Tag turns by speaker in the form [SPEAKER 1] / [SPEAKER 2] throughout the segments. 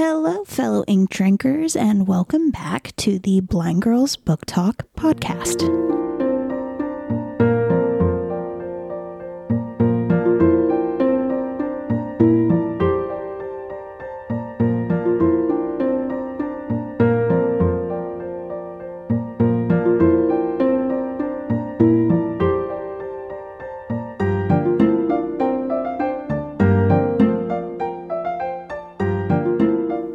[SPEAKER 1] Hello, fellow ink drinkers, and welcome back to the Blind Girls Book Talk podcast.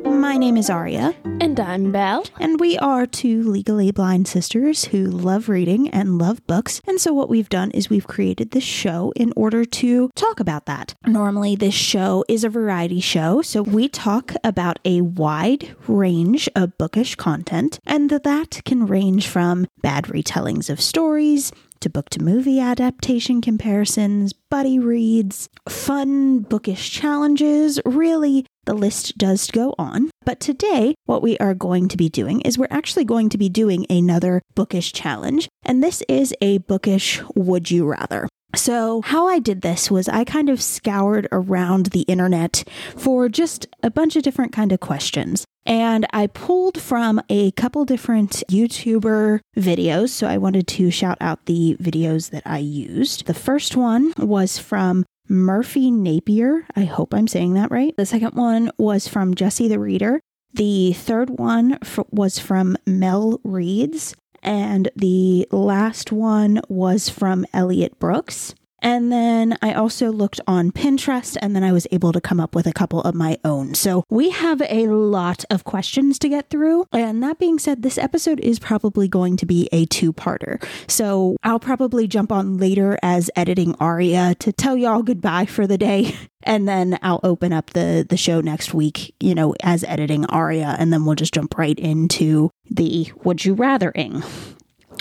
[SPEAKER 1] My name is Aria,
[SPEAKER 2] And I'm Belle.
[SPEAKER 1] and we are two legally blind sisters who love reading and love books. And so, what we've done is we've created this show in order to talk about that. Normally, this show is a variety show, so we talk about a wide range of bookish content, and that can range from bad retellings of stories to book to movie adaptation comparisons, buddy reads, fun bookish challenges. Really, the list does go on. But today, what we are going to be doing is we're actually going to be doing another bookish challenge. And this is a bookish would you rather. So, how I did this was I kind of scoured around the internet for just a bunch of different kind of questions. And I pulled from a couple different YouTuber videos. So I wanted to shout out the videos that I used. The first one was from Murphy Napier. I hope I'm saying that right. The second one was from Jesse the Reader. The third one f- was from Mel Reeds. And the last one was from Elliot Brooks. And then I also looked on Pinterest and then I was able to come up with a couple of my own. So we have a lot of questions to get through. And that being said, this episode is probably going to be a two parter. So I'll probably jump on later as editing Aria to tell y'all goodbye for the day. And then I'll open up the, the show next week, you know, as editing Aria. And then we'll just jump right into the Would You Rathering.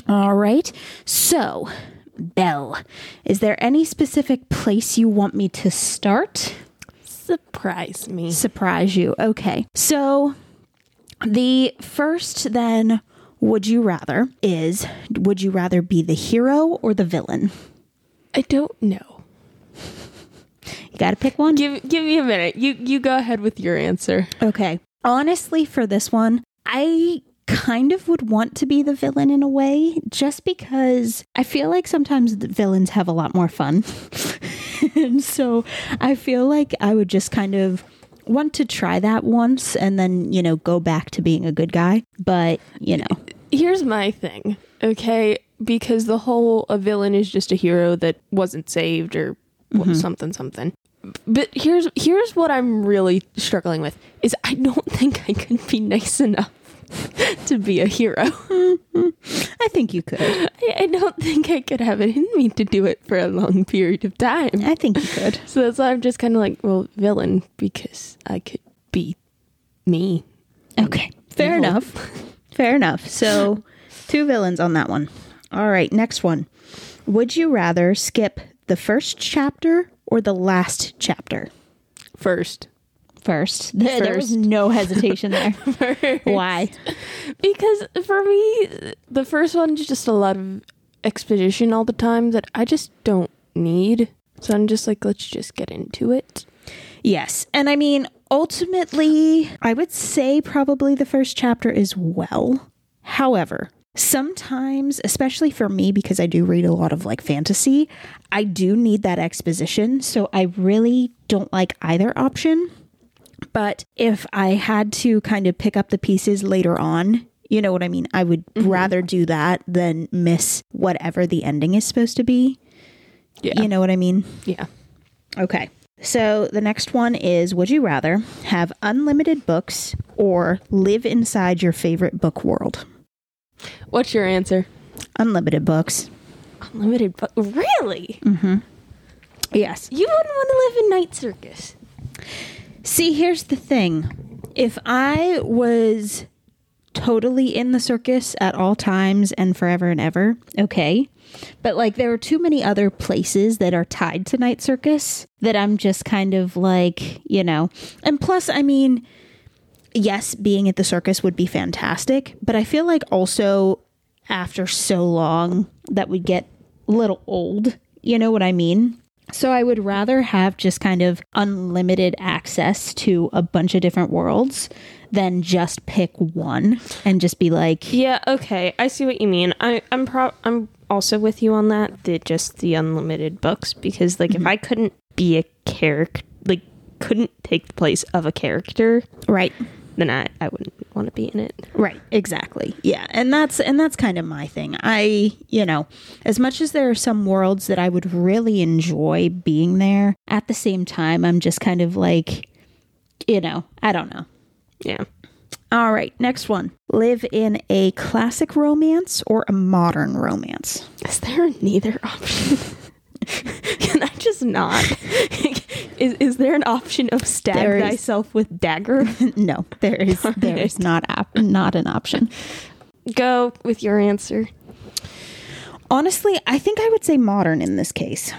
[SPEAKER 1] All right. So, Belle, is there any specific place you want me to start?
[SPEAKER 2] Surprise me.
[SPEAKER 1] Surprise you. Okay. So, the first then, would you rather is would you rather be the hero or the villain?
[SPEAKER 2] I don't know.
[SPEAKER 1] You got to pick one.
[SPEAKER 2] Give give me a minute. You you go ahead with your answer.
[SPEAKER 1] Okay. Honestly, for this one, I kind of would want to be the villain in a way, just because I feel like sometimes the villains have a lot more fun. and so I feel like I would just kind of want to try that once and then, you know, go back to being a good guy. But, you know,
[SPEAKER 2] Here's my thing, okay? Because the whole a villain is just a hero that wasn't saved or what-
[SPEAKER 1] mm-hmm.
[SPEAKER 2] something something. But here's here's what I'm really struggling with is I don't think I could be nice enough to be a hero.
[SPEAKER 1] I think you could.
[SPEAKER 2] I, I don't think I could have it in me to do it for a long period of time.
[SPEAKER 1] I think you could.
[SPEAKER 2] So that's why I'm just kind of like, well, villain, because I could be me.
[SPEAKER 1] Okay. Fair
[SPEAKER 2] Evil.
[SPEAKER 1] enough. Fair enough. So, two villains on that one. All right, next one. Would you rather skip the first chapter or the last chapter?
[SPEAKER 2] First.
[SPEAKER 1] First. There, was no hesitation there. Why?
[SPEAKER 2] Because for me, the first one is just a lot of exposition all the time that I just don't need. So I'm just like, let's just get into it.
[SPEAKER 1] Yes. And I mean, ultimately, I would say probably the first chapter as well. However, sometimes, especially for me, because I do read a lot of like fantasy, I do need that exposition. So I really don't like either option. But if I had to kind of pick up the pieces later on, you know what I mean? I would rather do that than miss whatever the ending is supposed to be.
[SPEAKER 2] Yeah.
[SPEAKER 1] You know what I mean?
[SPEAKER 2] Yeah.
[SPEAKER 1] Okay. So the next one is Would you rather have unlimited books or live inside your favorite book world?
[SPEAKER 2] What's your answer?
[SPEAKER 1] Unlimited books. Mm-hmm.
[SPEAKER 2] Unlimited, but really?
[SPEAKER 1] Yes.
[SPEAKER 2] You wouldn't want to live in Night Circus.
[SPEAKER 1] See, here's the thing. If I was totally in the circus at all times and forever and ever, okay. But like there are too many other places that are tied to night circus that I'm just kind of like, you know. And plus, I mean, yes, being at the circus would be fantastic, but I feel like also after so long that would get a little old. You know what I mean? So I would rather have just kind of unlimited access to a bunch of different worlds than just pick one and just be like,
[SPEAKER 2] Yeah, okay. I see what you mean. I, I'm pro- I'm also with you on that. The just the unlimited books because like if I couldn't be a character, like couldn't take the place of a character,
[SPEAKER 1] right.
[SPEAKER 2] then I, I wouldn't want to be in it.
[SPEAKER 1] Right, exactly. Yeah, and that's and that's kind of my thing. I, you know, as much as there are some worlds that I would really enjoy being there, at the same time I'm just kind of like, you know, I don't know.
[SPEAKER 2] Yeah.
[SPEAKER 1] All right, next one. Live in a classic romance or a modern romance.
[SPEAKER 2] Is there neither option? Can I just not? is is there an option of stab
[SPEAKER 1] There is.
[SPEAKER 2] thyself with dagger?
[SPEAKER 1] no, there is there is not op- not an option.
[SPEAKER 2] Go with your answer.
[SPEAKER 1] Honestly, I think I would say modern in this case.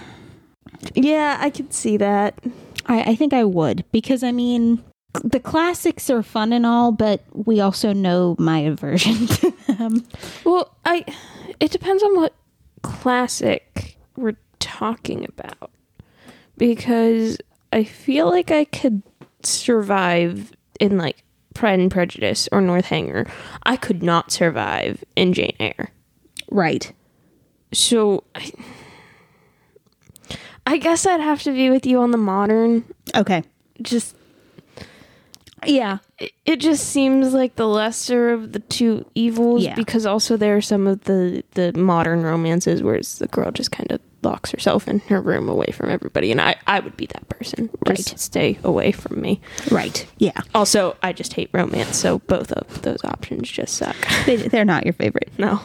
[SPEAKER 2] Yeah, I could see that.
[SPEAKER 1] I, I think I would because I mean the classics are fun and all, but we also know my aversion to them.
[SPEAKER 2] Well, I it depends on what classic we're talking about. Because I feel like I could survive in like Pride and Prejudice or Northanger. I could not survive in Jane Eyre.
[SPEAKER 1] Right.
[SPEAKER 2] So I, I guess I'd have to be with you on the modern.
[SPEAKER 1] Okay.
[SPEAKER 2] Just
[SPEAKER 1] Yeah.
[SPEAKER 2] it- it just seems like the lesser of the two evils
[SPEAKER 1] Yeah.
[SPEAKER 2] because also there are some of the the modern romances where it's the girl just kind of locks herself in her room away from everybody and I I would be that person. Just
[SPEAKER 1] Right.
[SPEAKER 2] stay away from me.
[SPEAKER 1] Right. Yeah.
[SPEAKER 2] Also, I just hate romance, so both of those options just suck.
[SPEAKER 1] They, they're not your favorite.
[SPEAKER 2] no.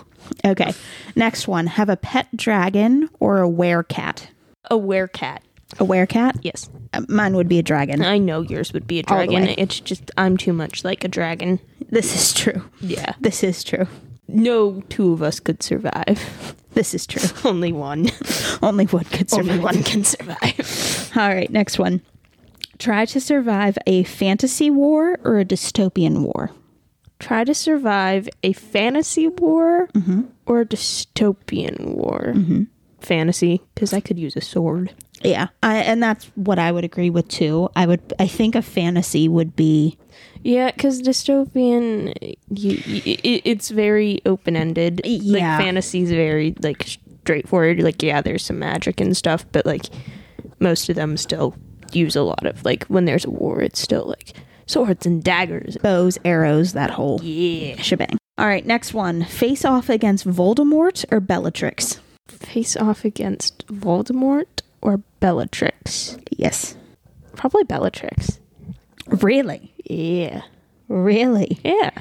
[SPEAKER 1] Okay. Next one. Have a pet dragon or a werecat.
[SPEAKER 2] A werecat.
[SPEAKER 1] A werecat?
[SPEAKER 2] Yes.
[SPEAKER 1] Uh, Mine would be a dragon.
[SPEAKER 2] I know yours would be a
[SPEAKER 1] All the
[SPEAKER 2] dragon.
[SPEAKER 1] way.
[SPEAKER 2] It's just I'm too much like a dragon.
[SPEAKER 1] This is true.
[SPEAKER 2] Yeah.
[SPEAKER 1] This is true.
[SPEAKER 2] No two of us could survive.
[SPEAKER 1] This is true.
[SPEAKER 2] Only one.
[SPEAKER 1] Only one could
[SPEAKER 2] Only
[SPEAKER 1] survive.
[SPEAKER 2] one can survive.
[SPEAKER 1] All right. Next one. Try to survive a fantasy war or a dystopian war.
[SPEAKER 2] Try to survive a fantasy war or a dystopian war. Fantasy, because I could use a sword.
[SPEAKER 1] Yeah, I, and that's what I would agree with too. I would, I think a fantasy would be
[SPEAKER 2] Yeah, because dystopian, you, you, i it's very open ended. Like
[SPEAKER 1] Yeah.
[SPEAKER 2] fantasy's very like straightforward. Like yeah, there's some magic and stuff, but like most of them still use a lot of like when there's a war, it's still like swords and daggers.
[SPEAKER 1] bows, arrows, that whole
[SPEAKER 2] Yeah,
[SPEAKER 1] shebang. All right, next one: face off against Voldemort or Bellatrix.
[SPEAKER 2] face off against Voldemort or Bellatrix.
[SPEAKER 1] Yes,
[SPEAKER 2] Probably Bellatrix.
[SPEAKER 1] really,
[SPEAKER 2] Yeah,
[SPEAKER 1] really.
[SPEAKER 2] yeah.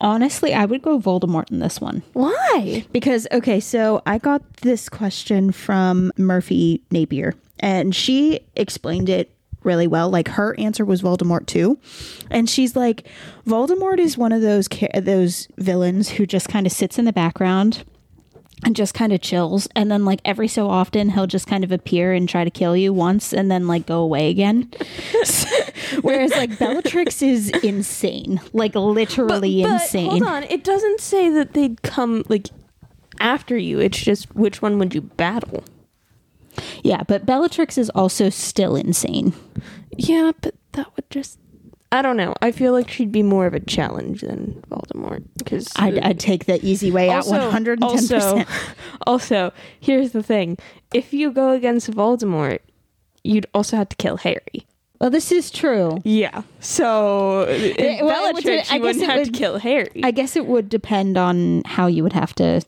[SPEAKER 1] Honestly, I would go Voldemort in this one
[SPEAKER 2] Why?
[SPEAKER 1] because okay, so I got this question from Murphy Napier, and she explained it really well. Like her answer was Voldemort too, and she's like, Voldemort is one of those ca- those villains who just kind of sits in the background and just kind of chills, and then like every so often he'll just kind of appear and try to kill you once, and then like go away again. Whereas like Bellatrix is insane, like literally insane.
[SPEAKER 2] Hold on, it doesn't say that they'd come like after you. It's just which one would you battle?
[SPEAKER 1] Yeah, but Bellatrix is also still insane.
[SPEAKER 2] Yeah, but that would just. I don't know. I feel like she'd be more of a challenge than Voldemort because
[SPEAKER 1] I'd, I'd take the easy way out 110%.
[SPEAKER 2] Also, also, here's the thing: if you go against Voldemort, you'd also have to kill Harry.
[SPEAKER 1] well, this is true.
[SPEAKER 2] Yeah. So
[SPEAKER 1] it would-
[SPEAKER 2] Bellatrix,
[SPEAKER 1] I
[SPEAKER 2] you
[SPEAKER 1] guess
[SPEAKER 2] wouldn't
[SPEAKER 1] it
[SPEAKER 2] have
[SPEAKER 1] would-
[SPEAKER 2] to kill Harry.
[SPEAKER 1] I guess it would depend on how you would have to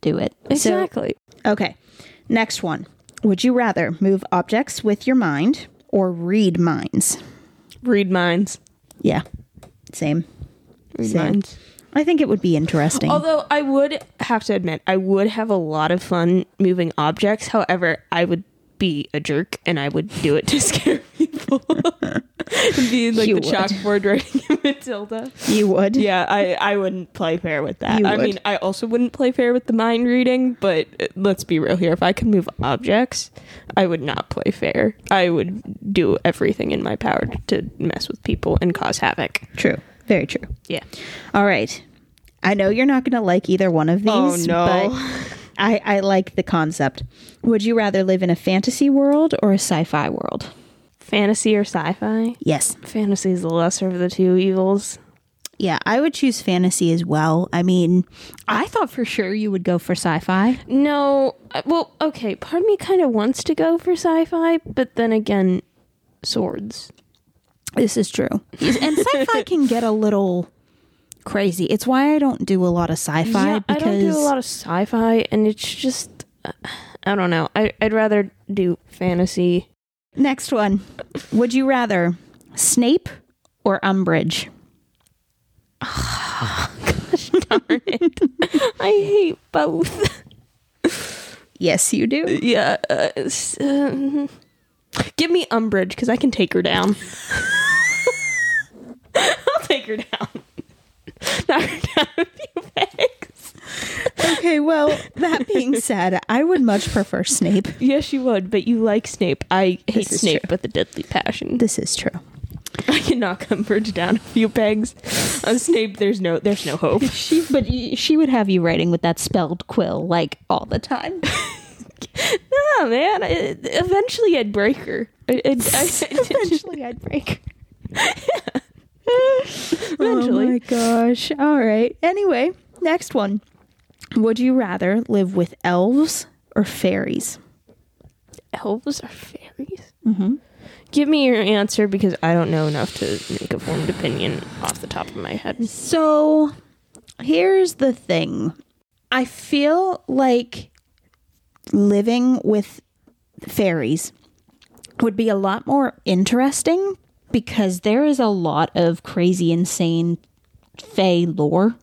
[SPEAKER 1] do it. So-
[SPEAKER 2] exactly.
[SPEAKER 1] okay. Next one. Would you rather move objects with your mind or read minds?
[SPEAKER 2] Read minds.
[SPEAKER 1] Yeah. Same.
[SPEAKER 2] Read
[SPEAKER 1] Same.
[SPEAKER 2] minds.
[SPEAKER 1] I think it would be interesting.
[SPEAKER 2] Although I would have to admit, I would have a lot of fun moving objects. However, I would be a jerk and I would do it to scare people. be like
[SPEAKER 1] You
[SPEAKER 2] the
[SPEAKER 1] would.
[SPEAKER 2] chalkboard writing in Matilda.
[SPEAKER 1] you would.
[SPEAKER 2] Yeah, I, I wouldn't play fair with that.
[SPEAKER 1] You
[SPEAKER 2] I
[SPEAKER 1] would.
[SPEAKER 2] mean, I also wouldn't play fair with the mind reading, but uh, let's be real here. If I could move objects, I would not play fair. I would do everything in my power to mess with people and cause havoc.
[SPEAKER 1] True. Very true.
[SPEAKER 2] Yeah.
[SPEAKER 1] All right. I know you're not going to like either one of these,
[SPEAKER 2] Oh, no.
[SPEAKER 1] but I, I like the concept. Would you rather live in a fantasy world or a sci fi world?
[SPEAKER 2] Fantasy or sci fi?
[SPEAKER 1] Yes.
[SPEAKER 2] Fantasy is the lesser of the two evils.
[SPEAKER 1] Yeah, I would choose fantasy as well. I mean, I thought for sure you would go for sci fi.
[SPEAKER 2] No, uh, well, okay, part of me kind of wants to go for sci fi, but then again, swords.
[SPEAKER 1] This is true. And sci fi can get a little crazy. It's why I don't do a lot of sci fi
[SPEAKER 2] Yeah,
[SPEAKER 1] because
[SPEAKER 2] I don't do a lot of sci-fi, and it's just uh, I don't know. I, I'd rather do fantasy.
[SPEAKER 1] Next one. Would you rather Snape or Umbridge?
[SPEAKER 2] Darn it! I hate both.
[SPEAKER 1] Yes, you do.
[SPEAKER 2] Yeah. Uh, s- um, give me Umbridge because I can take her down. I'll take her down. Knock her down a few pegs.
[SPEAKER 1] Okay, well, that being said, I would much prefer Snape.
[SPEAKER 2] Yes, you would, but you like Snape. I hate
[SPEAKER 1] is
[SPEAKER 2] Snape
[SPEAKER 1] true.
[SPEAKER 2] with a deadly passion.
[SPEAKER 1] This is true.
[SPEAKER 2] I can knock Umbridge down a few pegs. On Snape, there's no, there's no hope.
[SPEAKER 1] She but y- she would have you writing with that spelled quill like all the time.
[SPEAKER 2] No, man. I, eventually, I'd break her. I, I, I,
[SPEAKER 1] Eventually I'd break.
[SPEAKER 2] Eventually.
[SPEAKER 1] Oh my gosh. All right. Anyway, next one. Would you rather live with elves or fairies?
[SPEAKER 2] elves are fairies. Mm-hmm. Give me your answer because I don't know enough to make a formed opinion off the top of my head.
[SPEAKER 1] So here's the thing I feel like living with fairies would be a lot more interesting because there is a lot of crazy, insane fae lore.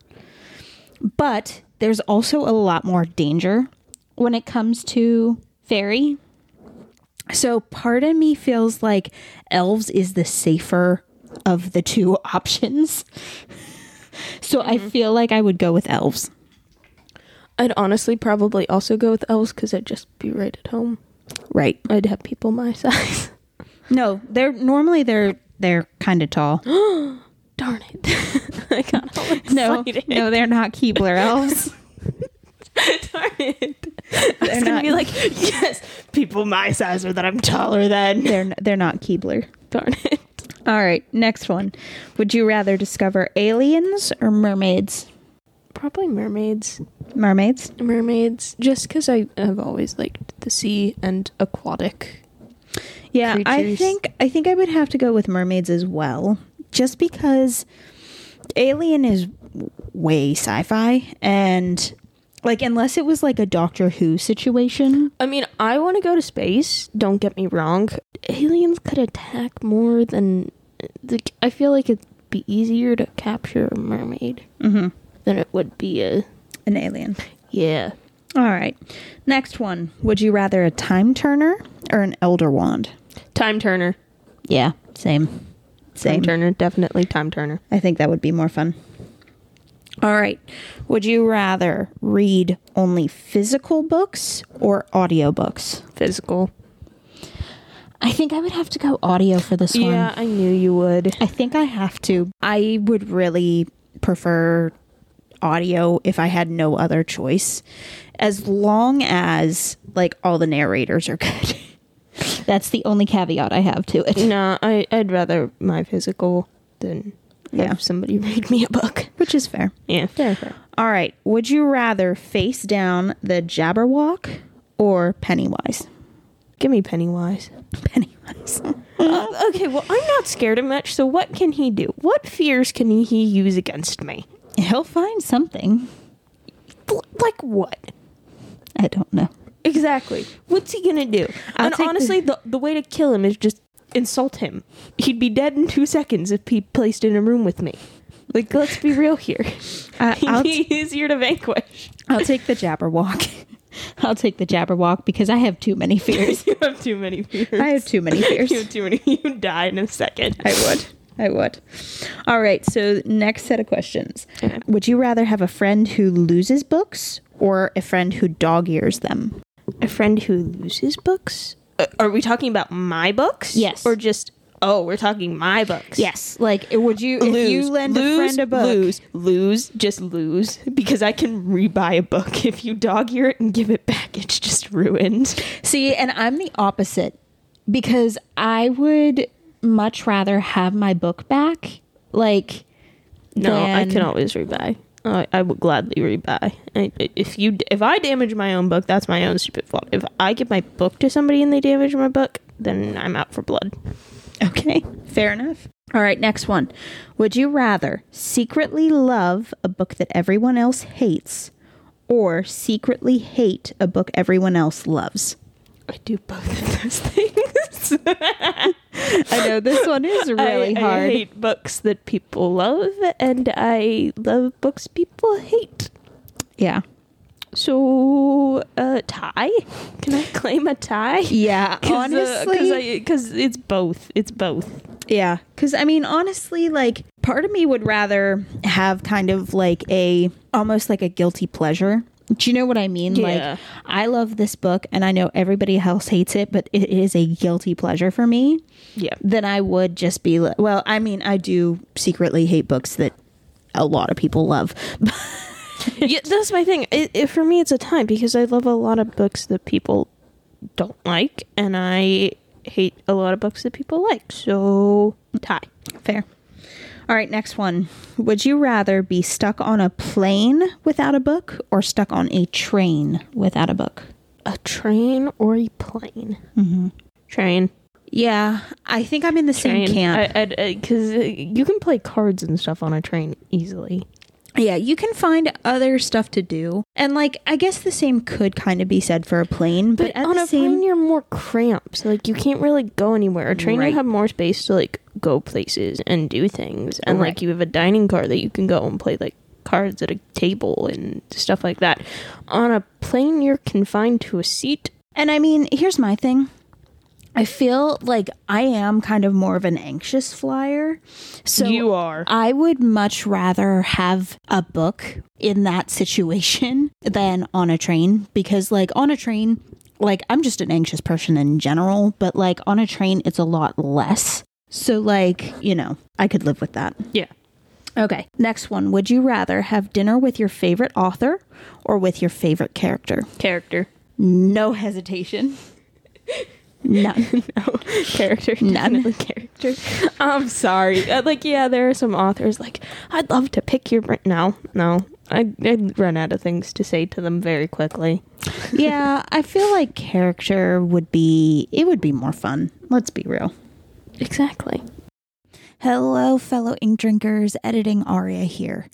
[SPEAKER 1] But there's also a lot more danger when it comes to fairy. So part of me feels like elves is the safer of the two options. So I feel like I would go with elves.
[SPEAKER 2] I'd honestly probably also go with elves because I'd just be right at home.
[SPEAKER 1] Right.
[SPEAKER 2] I'd have people my size.
[SPEAKER 1] No, they're normally they're they're kind of tall.
[SPEAKER 2] Darn it! I got all excited.
[SPEAKER 1] No, no, they're not Keebler elves.
[SPEAKER 2] Darn it! I was
[SPEAKER 1] They're
[SPEAKER 2] gonna
[SPEAKER 1] not-
[SPEAKER 2] be like, yes, people my size, or that I'm taller than.
[SPEAKER 1] they're n- they're not Keebler.
[SPEAKER 2] Darn it!
[SPEAKER 1] All right, next one. Would you rather discover aliens or mermaids?
[SPEAKER 2] Probably mermaids.
[SPEAKER 1] Mermaids.
[SPEAKER 2] mermaids just because i have always liked the sea and aquatic
[SPEAKER 1] Yeah, I
[SPEAKER 2] Creatures.
[SPEAKER 1] think I think I would have to go with mermaids as well, just because Alien is w- way sci-fi and like unless it was like a Doctor Who situation.
[SPEAKER 2] i mean i want to go to space don't get me wrong aliens could attack more than the, i feel like it'd be easier to capture a mermaid
[SPEAKER 1] Mm-hmm.
[SPEAKER 2] than it would be a
[SPEAKER 1] An alien.
[SPEAKER 2] yeah
[SPEAKER 1] All right. Next one. Would you rather a time turner or an elder wand?
[SPEAKER 2] time turner
[SPEAKER 1] Yeah, same.
[SPEAKER 2] time
[SPEAKER 1] Same.
[SPEAKER 2] turner definitely time turner
[SPEAKER 1] I think that would be more fun. All right. Would you rather read only physical books or audiobooks?
[SPEAKER 2] physical
[SPEAKER 1] I think I would have to go audio for this
[SPEAKER 2] yeah i knew you would
[SPEAKER 1] I think I have to. I would really prefer audio if I had no other choice, as long as like all the narrators are good. That's the only caveat I have to it.
[SPEAKER 2] no I, i'd rather my physical than
[SPEAKER 1] Yeah.
[SPEAKER 2] have somebody read me a book
[SPEAKER 1] Which is fair.
[SPEAKER 2] yeah fair fair
[SPEAKER 1] All right. Would you rather face down the Jabberwock or Pennywise?
[SPEAKER 2] give me pennywise
[SPEAKER 1] Pennywise.
[SPEAKER 2] Uh, okay, well, I'm not scared of much, so what can he do? What fears can he use against me?
[SPEAKER 1] He'll find something.
[SPEAKER 2] L- like what?
[SPEAKER 1] I don't know.
[SPEAKER 2] Exactly. What's he gonna do?
[SPEAKER 1] I'll
[SPEAKER 2] and
[SPEAKER 1] take
[SPEAKER 2] honestly, the-, the way to kill him is just insult him. He'd be dead in two seconds if he placed in a room with me. Like, let's be real here.
[SPEAKER 1] Uh,
[SPEAKER 2] He'd
[SPEAKER 1] I'll,
[SPEAKER 2] be easier to vanquish.
[SPEAKER 1] I'll take the Jabberwock. I'll take the Jabberwock because I have too many fears.
[SPEAKER 2] you have too many fears.
[SPEAKER 1] I have too many fears.
[SPEAKER 2] you have too many. You die in a second.
[SPEAKER 1] I would. I would. All right. So, next set of questions.
[SPEAKER 2] Okay.
[SPEAKER 1] Would you rather have a friend who loses books or a friend who dog ears them?
[SPEAKER 2] a friend who loses books? Uh, are we talking about my books?
[SPEAKER 1] Yes.
[SPEAKER 2] Or just Oh, we're talking my books.
[SPEAKER 1] Yes, like would you if
[SPEAKER 2] Lose,
[SPEAKER 1] you lend a
[SPEAKER 2] lose,
[SPEAKER 1] friend a book?
[SPEAKER 2] lose, lose, just lose because I can rebuy a book. If you dog ear it and give it back, it's just ruined.
[SPEAKER 1] See, and I'm the opposite because I would much rather have my book back. Like,
[SPEAKER 2] No, I
[SPEAKER 1] Then-
[SPEAKER 2] can always rebuy. I, I would gladly rebuy. I, if you if I damage my own book, that's my own stupid fault. If I give my book to somebody and they damage my book, then I'm out for blood.
[SPEAKER 1] okay, fair enough. All right, next one. Would you rather secretly love a book that everyone else hates or secretly hate a book everyone else loves?
[SPEAKER 2] I do both of those things.
[SPEAKER 1] I know this one is really
[SPEAKER 2] I,
[SPEAKER 1] hard.
[SPEAKER 2] I hate books that people love, and I love books people hate.
[SPEAKER 1] yeah.
[SPEAKER 2] So, uh, tie? Can I claim a tie? uh,
[SPEAKER 1] Yeah,
[SPEAKER 2] because it's both. It's both.
[SPEAKER 1] Yeah, because I mean, honestly, like part of me would rather have kind of like a almost like a guilty pleasure. Do you know what I mean?
[SPEAKER 2] Yeah.
[SPEAKER 1] Like, I love this book and I know everybody else hates it, but it is a guilty pleasure for me.
[SPEAKER 2] Yeah.
[SPEAKER 1] Then I would just be li- well, I mean, I do secretly hate books that a lot of people love.
[SPEAKER 2] yeah, that's my thing. It, it, for me, it's a time because I love a lot of books that people don't like, and I hate a lot of books that people like. So tie.
[SPEAKER 1] Fair. All right, next one. Would you rather be stuck on a plane without a book or stuck on a train without a book?
[SPEAKER 2] A train or a plane? Mm-hmm. Train.
[SPEAKER 1] Yeah, I think I'm in the
[SPEAKER 2] Train.
[SPEAKER 1] same camp.
[SPEAKER 2] Because uh, you can play cards and stuff on a train easily.
[SPEAKER 1] yeah, you can find other stuff to do, and like I guess the same could kind of be said for a plane, but,
[SPEAKER 2] But
[SPEAKER 1] at
[SPEAKER 2] on
[SPEAKER 1] the
[SPEAKER 2] a
[SPEAKER 1] same,
[SPEAKER 2] plane, you're more cramped. Like you can't really go anywhere. A train,
[SPEAKER 1] Right.
[SPEAKER 2] you have more space to like go places and do things, and like
[SPEAKER 1] Right.
[SPEAKER 2] you have a dining car that you can go and play like cards at a table and stuff like that. On a plane, you're confined to a seat.
[SPEAKER 1] and I mean, here's my thing. I feel like I am kind of more of an anxious flyer, so
[SPEAKER 2] are.
[SPEAKER 1] I would much rather have a book in that situation than on a train because, like, on a train, like, I'm just an anxious person in general, but like, on a train, it's a lot less. So, like, you know, I could live with that.
[SPEAKER 2] Yeah.
[SPEAKER 1] Okay. Next one. Would you rather have dinner with your favorite author or with your favorite character?
[SPEAKER 2] Character.
[SPEAKER 1] No hesitation. None.
[SPEAKER 2] No. Character.
[SPEAKER 1] None.
[SPEAKER 2] Definitely character. I'm sorry. Uh, Like yeah, there are some authors like I'd love to pick your brain. No, no. I I'd run out of things to say to them very quickly.
[SPEAKER 1] yeah, I feel like character would be, it would be more fun. Let's be real.
[SPEAKER 2] Exactly.
[SPEAKER 1] Hello, fellow ink drinkers. Editing Aria here.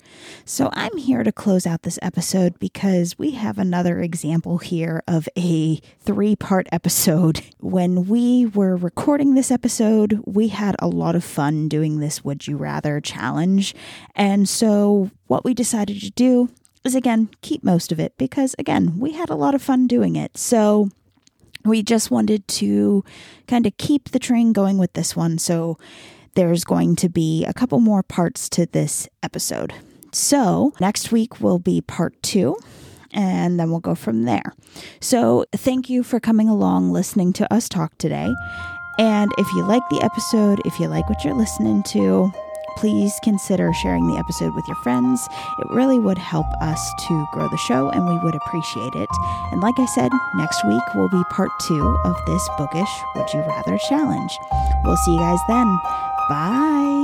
[SPEAKER 1] So I'm here to close out this episode because we have another example here of a three part episode. When we were recording this episode, we had a lot of fun doing this Would You Rather challenge. And so what we decided to do is again keep most of it because again, we had a lot of fun doing it. So we just wanted to kind of keep the train going with this one. So there's going to be a couple more parts to this episode. So next week will be part two. And then we'll go from there. So, thank you for coming along listening to us talk today. And if you like the episode, if you like what you're listening to, please consider sharing the episode with your friends. It really would help us to grow the show and we would appreciate it. And like I said, next week will be part two of this bookish Would You Rather challenge. We'll see you guys then. Bye.